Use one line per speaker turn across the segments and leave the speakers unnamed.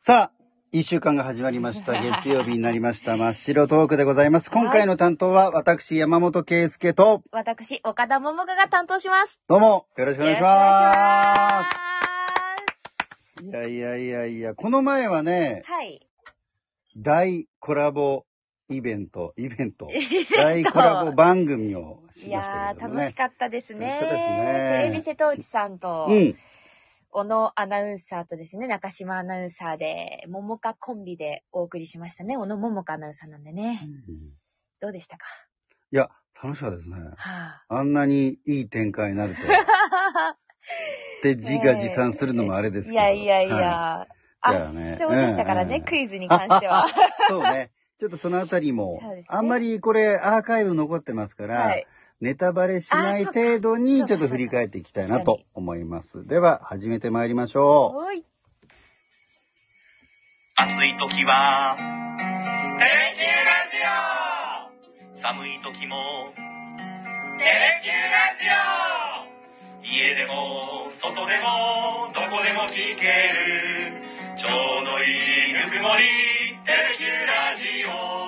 さあ、一週間が始まりま した。月曜日になりました。真っ白トークでございます。今回の担当は私、山本圭介と、
私、岡田桃佳が担当します。
どうも、よろしくお願いしま。
よろしくお願いします
いやいやいやいや、この前はね
す。、はい。
大コラボイベント、イベント、大コラボ番組をし
い
ました
や
け
ー、
ども
楽し
ね。
かったですね。
楽しかったですね
エビ瀬戸内さんと、
うん。
小野アナウンサーとですね、中島アナウンサーで、桃佳コンビでお送りしましたね。小野桃佳アナウンサーなんでね。どうでしたか
いや、楽しかったですね。
は
あんなにいい展開になると。
あ、
で、自画自賛するのもあれです
い
けど。
やいやいや、
はじゃあ
圧
ね
勝でしたからね、
うんうん
クイズに関 しては。
い。そうね。ちょっとそのあたりも、
そうですね
あんまりこれアーカイブ残ってますから、
はい。
ネタバレしない
あそっか
程度に
そ
ち
うか
ょっと振り返っていきたいな
確か
と
に
思います。では、始めてまいりましょう。
おい。
暑い時は、テレキューラジオ寒い時も、テレキューラジオ家でも、外でも、どこでも聞ける、ちょうどいいぬくもり、テレキューラジオ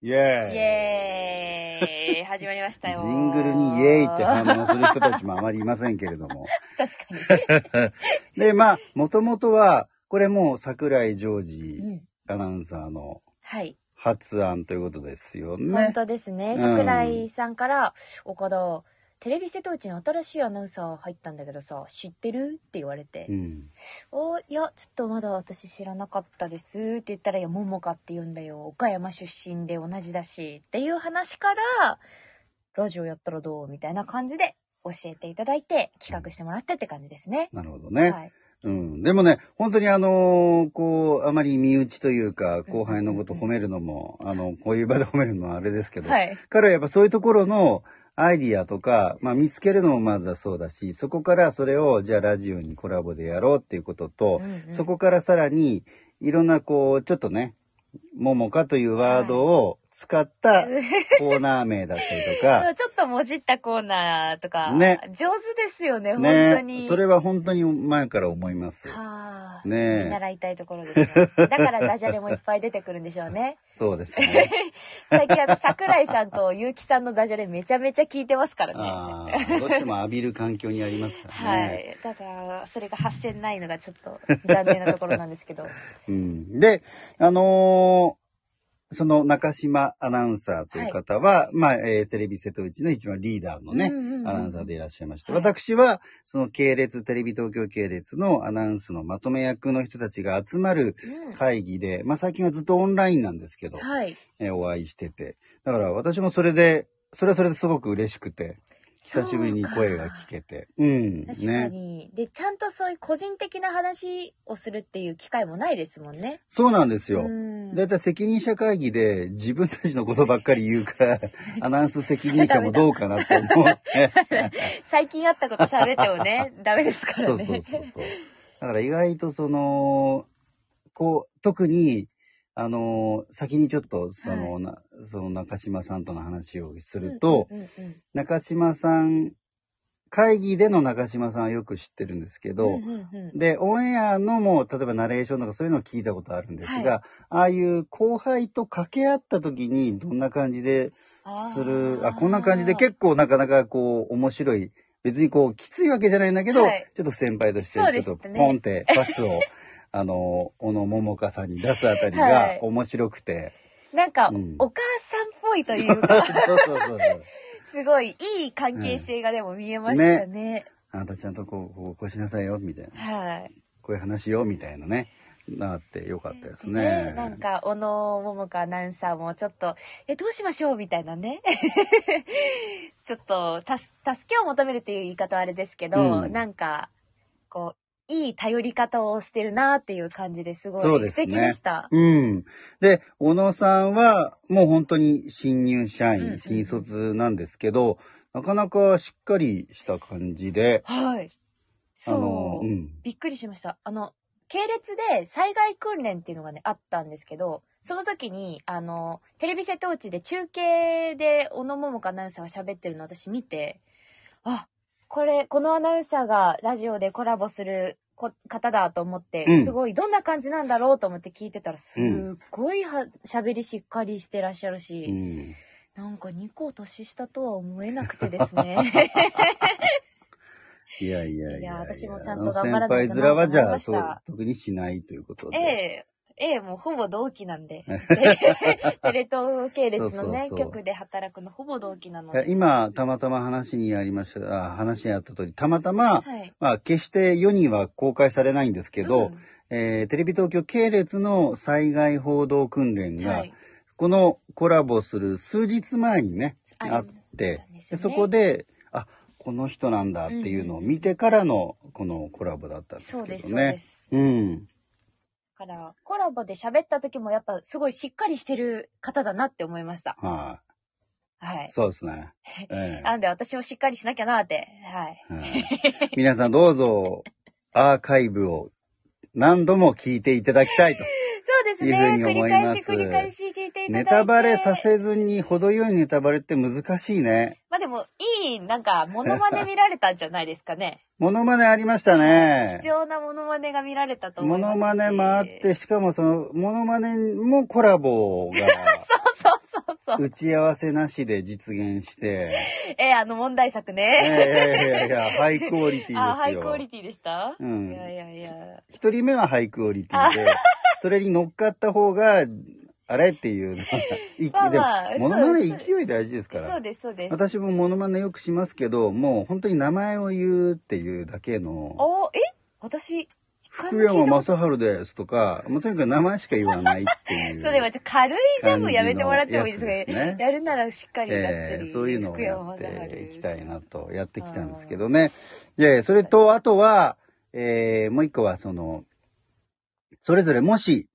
イェーイ
イエーイ始まりましたよ。
ジングルにイエーイって反応する人たちもあまりいませんけれど も。
確かに。
で、まあ、もともとは、これもう桜井ジョージ
うん
アナウンサーの
はい。
発案ということですよ
本
ね。
当ですね。
うん
桜井さんから、岡田、テレビ瀬戸内の新しいアナウンサー入ったんだけどさ、知ってるって言われて、
うん。
おいや、ちょっとまだ私知らなかったですって言ったら、いや、ももかって言うんだよ。岡山出身で同じだし、っていう話から、ラジオやったらどうみたいな感じで教えていただいて、企画してもらってって感じですね。
なるほどね。
はい。
うん。でもね、本当にあのーこう、あまり身内というか、後輩のこと褒めるのも、あの、こういう場で褒めるのもあれですけど、
はい。
彼はやっぱそういうところのアイディアとか、まあ見つけるのもまずはそうだし、そこからそれを、じゃあラジオにコラボでやろうっていうことと、
うんうん
そこからさらに、いろんなこう、ちょっとね、ももかというワードを使った コーナー名だったりと
で
か
も、ちょっともじったコーナーとか、
ね
上手ですよね、本当
ね
に。、
それは本当に前から思います。
はあ、
ねえ
見習いたいところですね。だからダジャレもいっぱい出てくるんでしょうね。
そうですね。
最近あの、桜井さんと結城さんのダジャレめちゃめちゃ聞いてますからね。
ああ、どうしても浴びる環境にありますから
は
ね。
い。だから、それが発生ないのがちょっと残念なところなんですけど。
うん、で、あのーその中島アナウンサーという方は、まあ、えーテレビ瀬戸内の一番リーダーのね、
うんうんうん
アナウンサーでいらっしゃいまして、
はい
私は、その系列、テレビ東京系列のアナウンスのまとめ役の人たちが集まる
うん
会議で、まあ最近はずっとオンラインなんですけど、
はい。
えーお会いしてて、だから私もそれで、それはそれですごく嬉しくて、久しぶりに声が聞けて、うん、
確か
ね。
に、で、ちゃんとそういう個人的な話をするっていう機会もないですもんね。
そうなんですよ。
うん
だいたい責任者会議で自分たちのことばっかり言う から、アナウンス責任者もどうかなって思って。
最近あったこと喋っても ね、ダメですからね。
そうそうそうそう。だから意外とその、こう、特に、あの、先にちょっと、その、
は
なその中島さんとの話をすると、
うんうんうん
中島さん、会議での中島さんはよく知ってるんですけど、
うんうんうん
で、オンエアのも、例えばナレーションとかそういうのを聞いたことあるんですが、ああいう後輩と掛け合った時にどんな感じでする、あ
あー
こんな感じで結構なかなかこう面白い、別にこうきついわけじゃないんだけど、
はい
ちょっと先輩として
そう
ちょ
で
っ
した
と
ね
ポンってパスを、 あの、小野桃香さんに出すあたり
は
が
い
面白く て。
なんか、
うん
お母さんっぽいとい
そう
うか、
そうそうそう。
すごいいい関係性がでも見えましたね。
あなたちゃんとこう、こうこうしなさいよ、みたいな。
はい。
こういう話よ、みたいなね。なってよかったですね。
なんか、小野桃香アナウンサーもちょっと、え、どうしましょうみたいなね。 ちょっと、たす、助けを求めるっていう言い方はあれですけど、
うん
なんか、こう、いい頼り方をしてるなっていう感じですごい
そうで
素
すね
敵でした。
うん。で、小野さんは、もう本当に新入社
うんう
員、
ん
新卒なんですけど、なかなかしっかりした感じで、
はい。
あ
そう。
の、うん。
びっくりしました。あの、系列で災害訓練っていうのがね、あったんですけど、その時に、あの、テレビ瀬戸内で中継で小野桃香アナウンサーが喋ってるのを私見て、あ、これ、このアナウンサーがラジオでコラボするこ方だと思って、
うん
すごい、どんな感じなんだろうと思って聞いてたら、すっ
ん
ごいは喋りしっかりしてらっしゃるし、
うん。
なんか2個年下とは思えなくてですね。
いやいやいや。
いや私もちゃんと頑張ら
あの
ない
先
とな
輩面はじ
と思い
ゃ
ま
あ、
した
そう、特にしないということで。
ええ、ええ、もうほぼ同期なん で。 テレテレ東系列のね
そうそうそう
局で働くのほぼ同期なの
いや
で。
今、たまたま話にありました、あ話にあった通り、たまたま、
はい。
まあ、決して世には公開されないんですけど、えーテレビ東京系列の災害報道訓練
うん
が、
はい
このコラボする数日前にね、
あ
あって、
そうなんですよね
でそこで、あ、この人なんだっていうのを見てからの、このコラボだったんです
そう
け
です、
ど
そうで
ね。
す。
うん。
だから、コラボで喋った時もやっぱすごいしっかりしてる方だなって思いました。
は
はい
い。。そうです ね。ええ
なんで私もしっかりしなきゃなって。はい。
はい皆さんどうぞ、アーカイブを何度も聞いていただき たいと。
そうですね。
いうふうに
繰り
思い
返
ま
し
す
繰り返し聞いていただいて。
ネタバレさ。せずに程よいネタバレって難しいね。
まあでも、いい、なんか、モノマネ見られたんじゃないです かね。
モノマネありましたね
貴。重なモノマネが見られたと思
モ
います
ノ
し。
マネもあって、しかもその、モノマネもコラボ が、
そうそうそうそう。
打ち合わせなしで実現して、
えあの問題作
い
ね。
やいやいやいや、ハイクオリティ
あ、ハ
です
イクオ
よ
リ。ティでした、
うん
いやいやいや。
一人目はハイクオリティで、それに乗っかった方が、あれっていう、 なんか勢い
まあ
でも
まあ、
モノマネ
そう
勢い大事ですか
そう
ら。
です、そうです。
私もモノマネよくしますけど、もう本当に名前を言うっていうだけの、
おえ私、
福山雅
まさ
治ですとか、もうとにかく名前しか言わないって いう。
そうでも、軽いジャブやめてもらってもいいですか
感じのやつですね
やるならしっかりやって
えーそういうのをやっていきたい。なとやってきたんですけどね。で、それとあとは、えーもう一個はその、それぞれもし、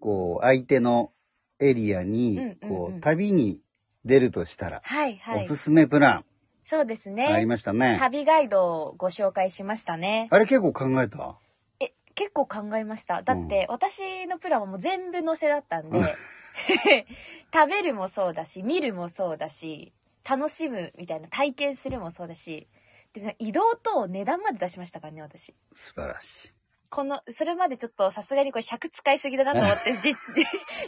こう、相手のエリア
うん
に、
うんうん
こう、旅に出るとしたら、
はいはい。
おすすめプラ
そうです
ン、あり
ね。
ましたね。
旅ガイドをご紹介しましたね。
あれ結構考えた
え、結構考えました。だって、私のプランはもう全部載せだったんで、 食べるもそうだし、見るもそうだし、楽しむみたいな体験するもそうだし、で移動と値段まで出しましたからね、私。
素晴らしい。
この、それまでちょっとさすがにこれ尺使いすぎだなと思って自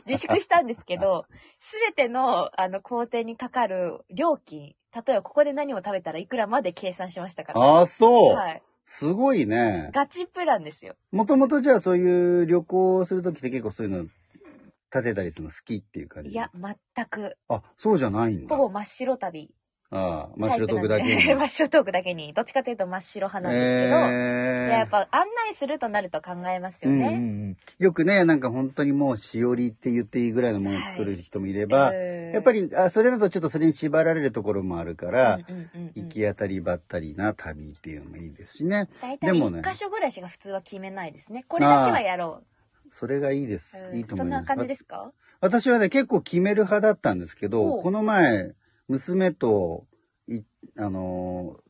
自粛したんですけど、すべてのあの工程にかかる料金、例えばここで何を食べたらいくらまで計算しましたから。
ああ、そう、
はい。
すごいね。
ガチプランですよ。
もともとじゃあそういう旅行をするときって結構そういうの立てたりするの好きっていう感じ
いや、全く。
あ、そうじゃないんだ。
ほぼ真っ白旅。
ああ、真っ白トークだけ に。
タイプなんで真っ白トークだけに。どっちかというと真っ白派なんですけど、いややっぱ案内するとなると考えますよ
うんうんう
ね。
ん、よくね、なんか本当にもうしおりって言っていいぐらいのものを作る人もいれば、やっぱ
り、
りあそれだとちょっとそれに縛られるところもあるから、
うんうんうんうん
行き当たりばったりな旅っていうのもいいですしね。
大
で
体
もね
1箇所ぐらいしか普通は決めないですね。これだけはやろう。
それがいいです。いいと思
そ
い
ん
ます。
な感じですか
私はね、結構決める派だったんですけど、
おう
この前、娘と、い、あのー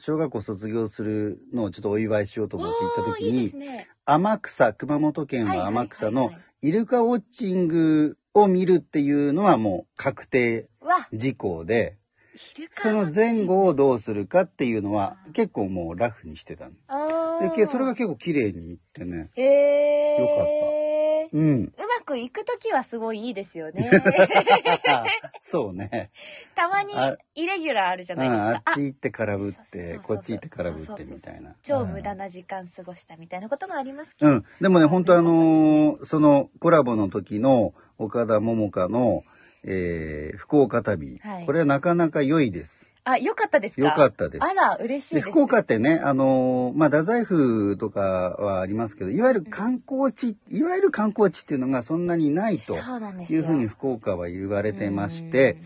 小学校卒業するのをちょっとお祝いしようと思って行った時に、
いいですね。
天草、熊本県は天草
はい
の
はいはい
イルカウォッチングを見るっていうのはもう確定
はい。わ、
事項で、
イルカ
その前後をどうするかっていうのは
うん
結構もうラフにしてたの。
あ
で
ー、
けそれが結構綺麗にいってね。
へえ
よかう
ー。
ん。
うまくいくときはすごいいいですよね。
そうね。
たまに
あ
イレギュラーあるじゃ
うん、
ないです
あ
か。あ
っち行って空振っ
そうそうそう
て
そう、
こっち行って空振っ
そうそ
て
うそう
みたいな。
超無駄
うん
な時間過ごしたみたいなことがありますけど。
うん。でもね、本当あのーそのコラボの時の岡田桃佳の、えー、福岡旅、
はい
これはなかなか良いです。
あ、よかったですか
良かったです
あら、嬉しい
で
です。
福岡ってね、あのーまあ、太宰府とかはありますけど、いわゆる観光地、いわゆる観光地っていうのがそんなにないと
そうなんです
い
よ。
うふうに福岡は言われてまして、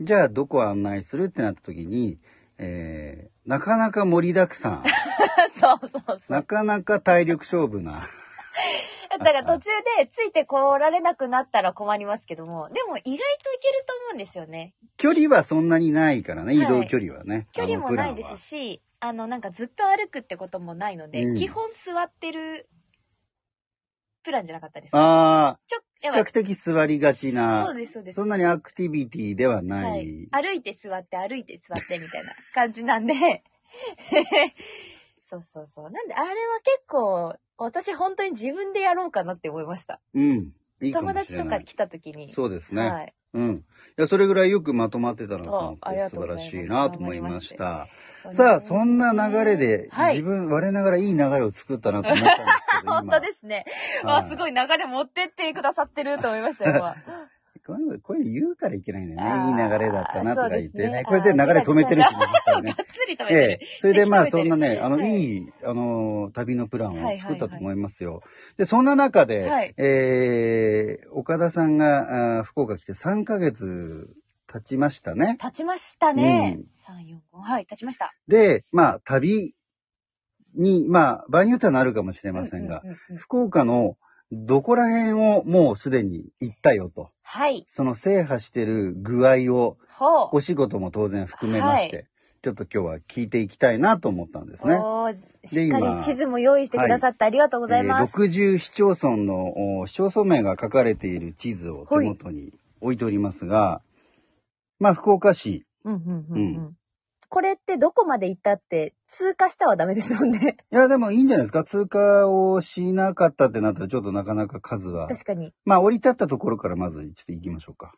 じゃあどこを案内するってなった時に、えー、なかなか盛りだくさん、
うん。そうそうそう。
なかなか体力勝負な、
だから途中でついてこられなくなったら困りますけども、でも意外といけると思うんですよね。
距離はそんなにないからね、
はい
移動距離はね。
距離もな
あの
いで
プランは
すし、あの、なんかずっと歩くってこともないので、
うん
基本座ってるプランじゃなかったです。
あ
ちょ、
あ、比
やば
較
い。
的座りがち
そう
な、
です、そうです。
そんなにアクティビティではない。
はい。歩いて座って、歩いて座ってみたいな感じなんで、 そうそうそう。なんで、あれは結構、私本当に自分でやろうかなって思いました。
うん。いいかも
友
しれない
達とか来た時に。
そうですね。
はい。
うん。いや、それぐらいよくまとまってたなと思
ああ
っ
り
て、
が
素
と
晴
うござい
ら
ます
しいなと思いました。さ
そう
あ、
ですね
そんな流れで、
はい
自分、我ながらいい流れを作ったなと思ったんですけど、
本当ですね。
今
あ、すごい流れ持ってってくださってると思い ましたよ、今。
こういうの、こういうの言うからいけないんだ
あ
よ
ー
ね。いい流れだったなとか言って
そうです
ね。
ね
これで流れ止めてるしね、
あー
実 際ね
がっ。つり食べ
え
てる
え。。それでまあ、
適当
そん
に
なね、あの、
はい
いい、あのー、旅のプランを作ったと思いますよ。で、そんな中で、
はい
えー、岡田さんが、あー福岡来て3ヶ月経ちましたね。
立ちましたね。3、4、5。はい、立ちました。
で、まあ、旅に、まあ、場合によってはなるかもしれませんが、
うううんうん
福岡のどこら辺をもうすでに行ったよと、
はい。
その制覇してる具合を、
ほう。
お仕事も当然含めまして、ちょっと今日は聞いていきたいなと思ったんですね。
おー
で
しっか
今
り地図も用意してくださってありがとうございます。
えー60市町村のお市町村名が書かれている地図を手元に置いておりますが、まあ、福岡市、
うんうんうんう。
うん
これってどこまで行ったって通過したはダメですもんね。
いや、でもいいんじゃないですか通過をしなかったってなったら、ちょっとなかなか数は。
確かに。
まあ、降り立ったところからまず、ちょっと行きましょうか。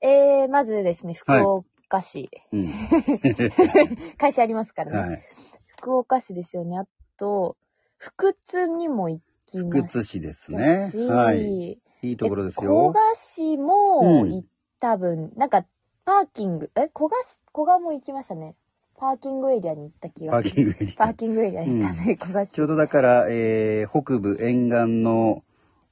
えー、まずですね、福
はい
岡市。
うん。
会社ありますからね。
はい。
福岡市ですよね。あと、福津にも行きま
福
した
津
し。
市ですね。はい。いいところです
え古
よ。
賀市も
うん
行った分、なんか、パーキング、え、古賀市、古賀も行きましたね。パーキングエリアに行った気
パ
が
ー
す
キン
る。
グエリ
パ
ア
ー。キングエリアに行ったね、古賀
ち
市
ょう。どだから、えー、北部沿岸の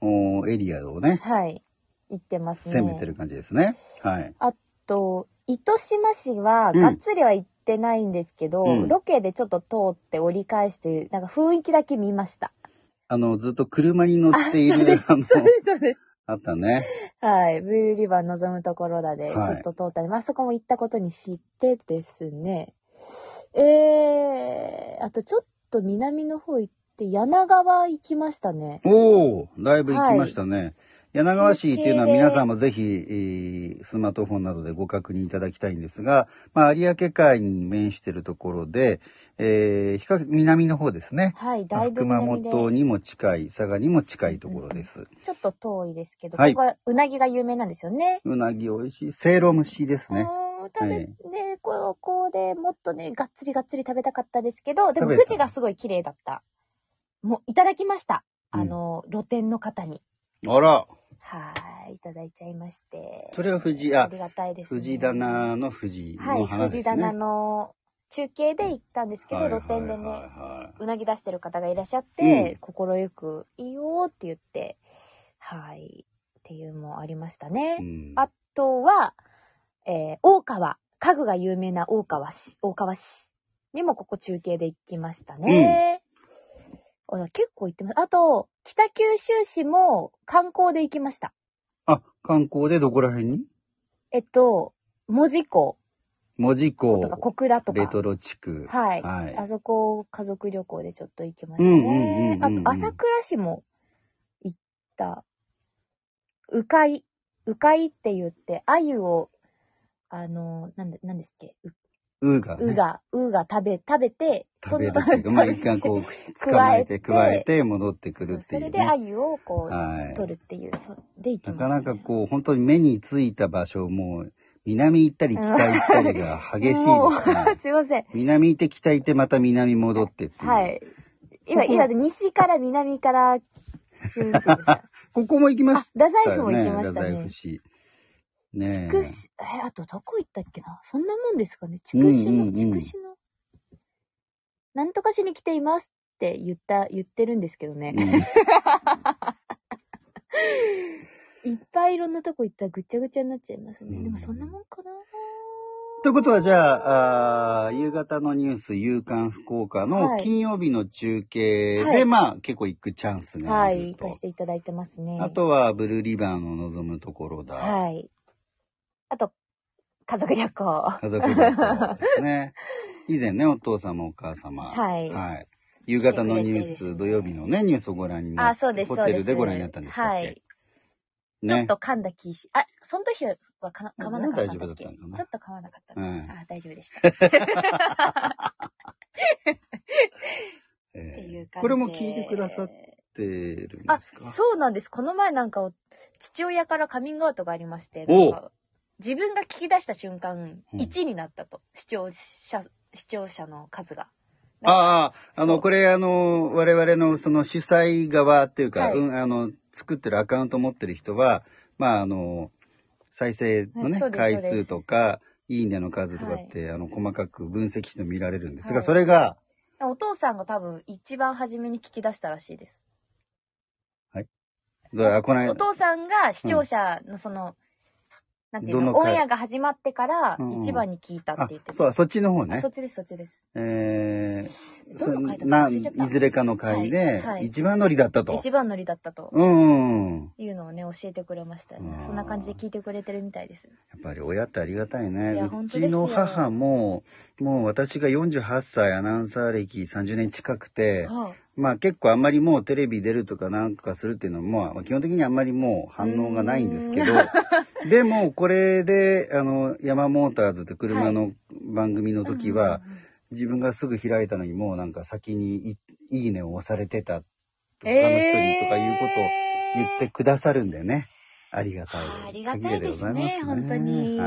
おエリアをね、
はい。行ってますね。
攻めてる感じですね。はい。
あと、糸島市は、
うん
がっつりは行ってないんですけど、
うん
ロケでちょっと通って折り返して、なんか雰囲気だけ見ました。
あの、ずっと車に乗ってい
あそうで
る、あの、
そうです、そうです。
あったね。
はい。ブルーリバー望むところだで、ちょ
はい
っと通ったり、まあそこも行ったことにしてですね。えー、あとちょっと南の方行って、柳川行きましたね。
おー、だいぶ行きましたね。柳川市っていうのは
中継で
皆さんもぜひ、えースマートフォンなどでご確認いただきたいんですが、まあ、有明海に面しているところで、えー、比較、南の方ですね。
はい。
まあ
だいぶ
熊
南で、
本にも近い、佐賀にも近いところです。
ちょっと遠いですけど、
はい
ここはうなぎが有名なんですよね。
うなぎ美味しい。せいろ蒸しですね。
うーん食べ、
はい
ね、ここでもっとね、がっつりがっつり食べたかったですけど、で
食
も
べた
富士がすごい綺麗だった。もういただきました。あの、露店の方に。
あら、
はい、いただいちゃいまして。
それは藤井、
あ
あ、
りがたいです、ね。
藤棚の藤
は
の
い、
花
藤
ですね。
棚の中継で行ったんですけど、
はい
露店でね、
はいはいはいう
なぎ出してる方がいらっしゃって
うん、
快、く、いいよーって言って、はい、っていうのもありましたね。
うん
あとは、えー大川。家具が有名な大川市、大川市にもここ中継で行きましたね。あ結構行ってます。あと、北九州市も観光で行きました。
あ、観光でどこら辺に
えっと、門司港
門司港
とか小倉と
レ
か
ト。ロ地区。
はい、
はい
あそこを家族旅行でちょっと行きまし
う
た
んうんうん
ね。
う
あ
んうん
と、朝倉市も行った。鵜飼、鵜飼って言って、鮎を、あの、なんで、なんですっけ、
ウーガ
う
ね。
が、うが食べ、食べて、
食べる
の
っていうか、まあ一回こう、捕まえ て、
加
加え
えて
て、戻ってくる
そう
って
そ
いう、ね。
れで鮎をこう、
はい
取るっていう、そで行き
な
ま
か
す、
なかこう、本当に目についた場所、もう、南行ったり北行ったりが激しい
も
ですね。
う すいません。
南行って北行ってまた南戻ってっていう。
はい。今、
ここ
今で西から南から、キュンって でした。
ここも行きま
あ
し、
太
た
宰府
よ
も
ね。
行きました
太宰
ね
府。市。ね
筑
え。
紫、え、あとどこ行ったっけなそんなもんですかね筑紫
うんうんう
の、
ん
筑紫の、なんとかしに来ていますって言った、言ってるんですけどね。
うん
いっぱいいろんなとこ行ったらぐっちゃぐちゃになっちゃいますね。
うん
でもそんなもんかな
ということは、じゃああー、夕方のニュース、夕刊福岡の
はい
金曜日の中継で、
はい
まあ、結構行くチャンスがあ
は
る
い、行
と。
かせていただいてますね。
あ、とは、ブルーリバーの望むところだ。
はい。あと、家族旅行。は
家族旅行です ね。以前ね、お父様、お母様。
はい
夕方のニュー
来てくれてです
ス、
ね
土曜日のね、ニュースをご覧にな
あ、
って、
そうです、
ホ
そう
テ
で
ル
す。
でご覧になったんでしたっけ、
はい。ちょっ
ね
と。噛んだ気し、あ、その時はかな噛まなかったん
大丈夫
だっけ
だったのかな
ちょっと噛 まなかった。
うん
あ、大丈夫でした。
え
っ
ー
ていう感じで。
これも聞いてくださってるん
あ
です、か
そうなんです。この前なんかお、父親からカミングアウトがありまして、
おう
なんか自分が聞き出した瞬間、
うん
1になったと。視聴者、視聴者の数が。
ああ、あ
そ
の、
う
これ、あの、我々のその主催側っていうか、
はい
うん、あの、作ってるアカウント持ってる人は、まあ、あの、再生のね
はいそう、です
回
そうで
数
す
とか、いいねの数とかって、あの、細かく分析して見られるんですが、
はい
それが、
お父さんが多分一番初めに聞き出したらしいです。
だからこの
お
間、
父さんが視聴者のその、なんていう
ど
の
の
オ
回
ンエアが始まってから
うんうん
一番に聞いたって
あ
言って、た。
そう、そっちの方
あ
ね
そ。っちです、そっちです。
えー、
どの回だった
そな
忘れちゃった
いずれかの回
はい
で
は、い
一番乗りだったと。
一番乗りだったと
うんうん。
いうのをね、教えてくれましたね
う。ん
そんな感じで聞いてくれてるみたいです。
やっぱり親ってありがたいね。
いや
う
本当
ち
ですよ
の母も、もう私が48歳アナウンサー歴30年近くて、
は
まあ結構あんまりもうテレビ出るとかなんかするっていうのも、まあ基本的にあんまりもう反応がないんですけど、 でもこれで、あの、ヤマモーターズって車の番組の
あ
時は、、自分がすぐ開いたのにもうなんか先にいいいねを押されてた、他の人にとかいうことを言ってくださるんだよね。ありがたい。
はあありがたいですね本当
はい
に。
じゃ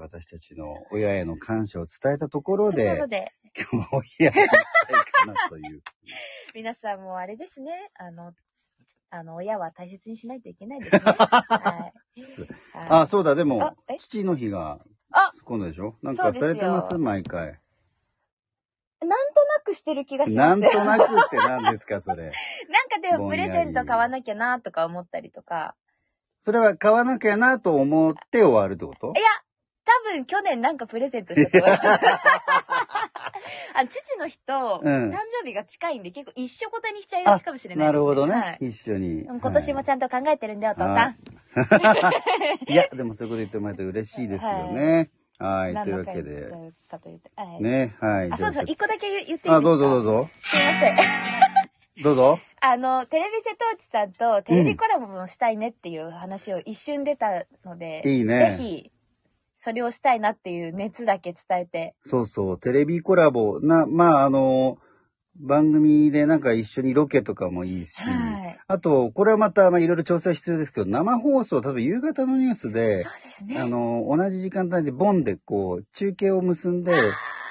あ私たちの親への感謝を伝えたところ
というこ
で
と、で、
今日もお開きにしたいかなという。
皆さんもあれですね、あの、あの、親は大切にしないといけな いですね。 はい。
あ、そうだ、で
あ
も
え、
父の日が
あ、
今度でしょなん
そう
か
です
さ
よ
れてます毎回。
なんとなくしてる気がします。
なんとなくって何ですか、それ。
なんかでもプレゼン
ぼんや
ト
り
買わなきゃなとか思ったりとか。
それは買わなきゃなと思って終わるってこと
いや、多分去年なんかプレゼントしたと思います。 あ父の日と
うん
誕生日が近いんで結構一緒ごとにしちゃいがちかもしれないです、
なるほどね。
はい
一緒に。
うん今年もちゃんと考えてるんだよ、お父
は
さ
いい や、でもそういうこと言ってもらえると嬉しいですよね。は
ん。
い、
何
という
の
わ
回
け
だっ
で。
たかというと。はい
ね、はい。
あ、そうそう、
じ
一個だけ言っていいです
ゃ
か
あどうぞどう。ぞ。
すいません。
どうぞ。
あの、テレビ瀬戸内さんとテレビコラボもしたいねっていう話を一瞬出たので、
いいね
ぜひ、それをしたいなっていう熱だけ伝えて、
そうそう、テレビコラボ。な、まあ、あの、番組でなんか一緒にロケとかもいいし、
はい
あと、これはまた、まあ、いろいろ調整は必要ですけど、生放送、例えば夕方のニュースで
そう、ですね。
あの、同じ時間帯でボンでこう、中継を結んで、
あー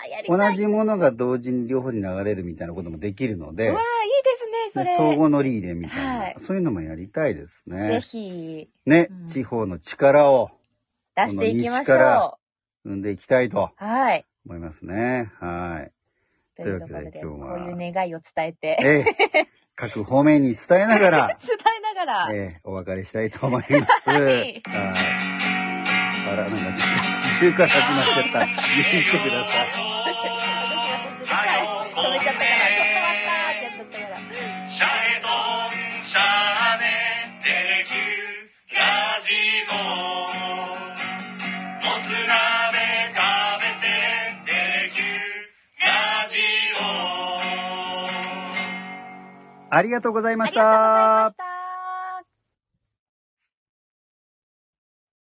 やり
同
たい。
じものが同時に両方に流れるみたいなこともできるの
う
で
わ、ーいいです
で
ね、そ
総
れ。
合乗り入れみたいな、
はい
そういうのもやりたいです
ぜ
ね。
ひ、
ね、
うん
地方の力を
出していきま
この西
し
から
ょ
生んでいきたいと
う。はい。
思いますね。はい。
ということ
というわけで
で、
今
こ
日
う
は
いう願いを伝えて、
え え、各方面に伝えながら
、伝えながら、
ええ、お別れしたいと思います。はいい。あら、なんかちょっと途中から始まっちゃった。許 してください。
私は途中で止めちゃったから、ちょっと待ったーってやっちゃったから。
シャレとシャーネテレキューラジオもつ鍋食べてテレキューラジオ
ありがとうござい
ありがとうござい
ました
まし。た。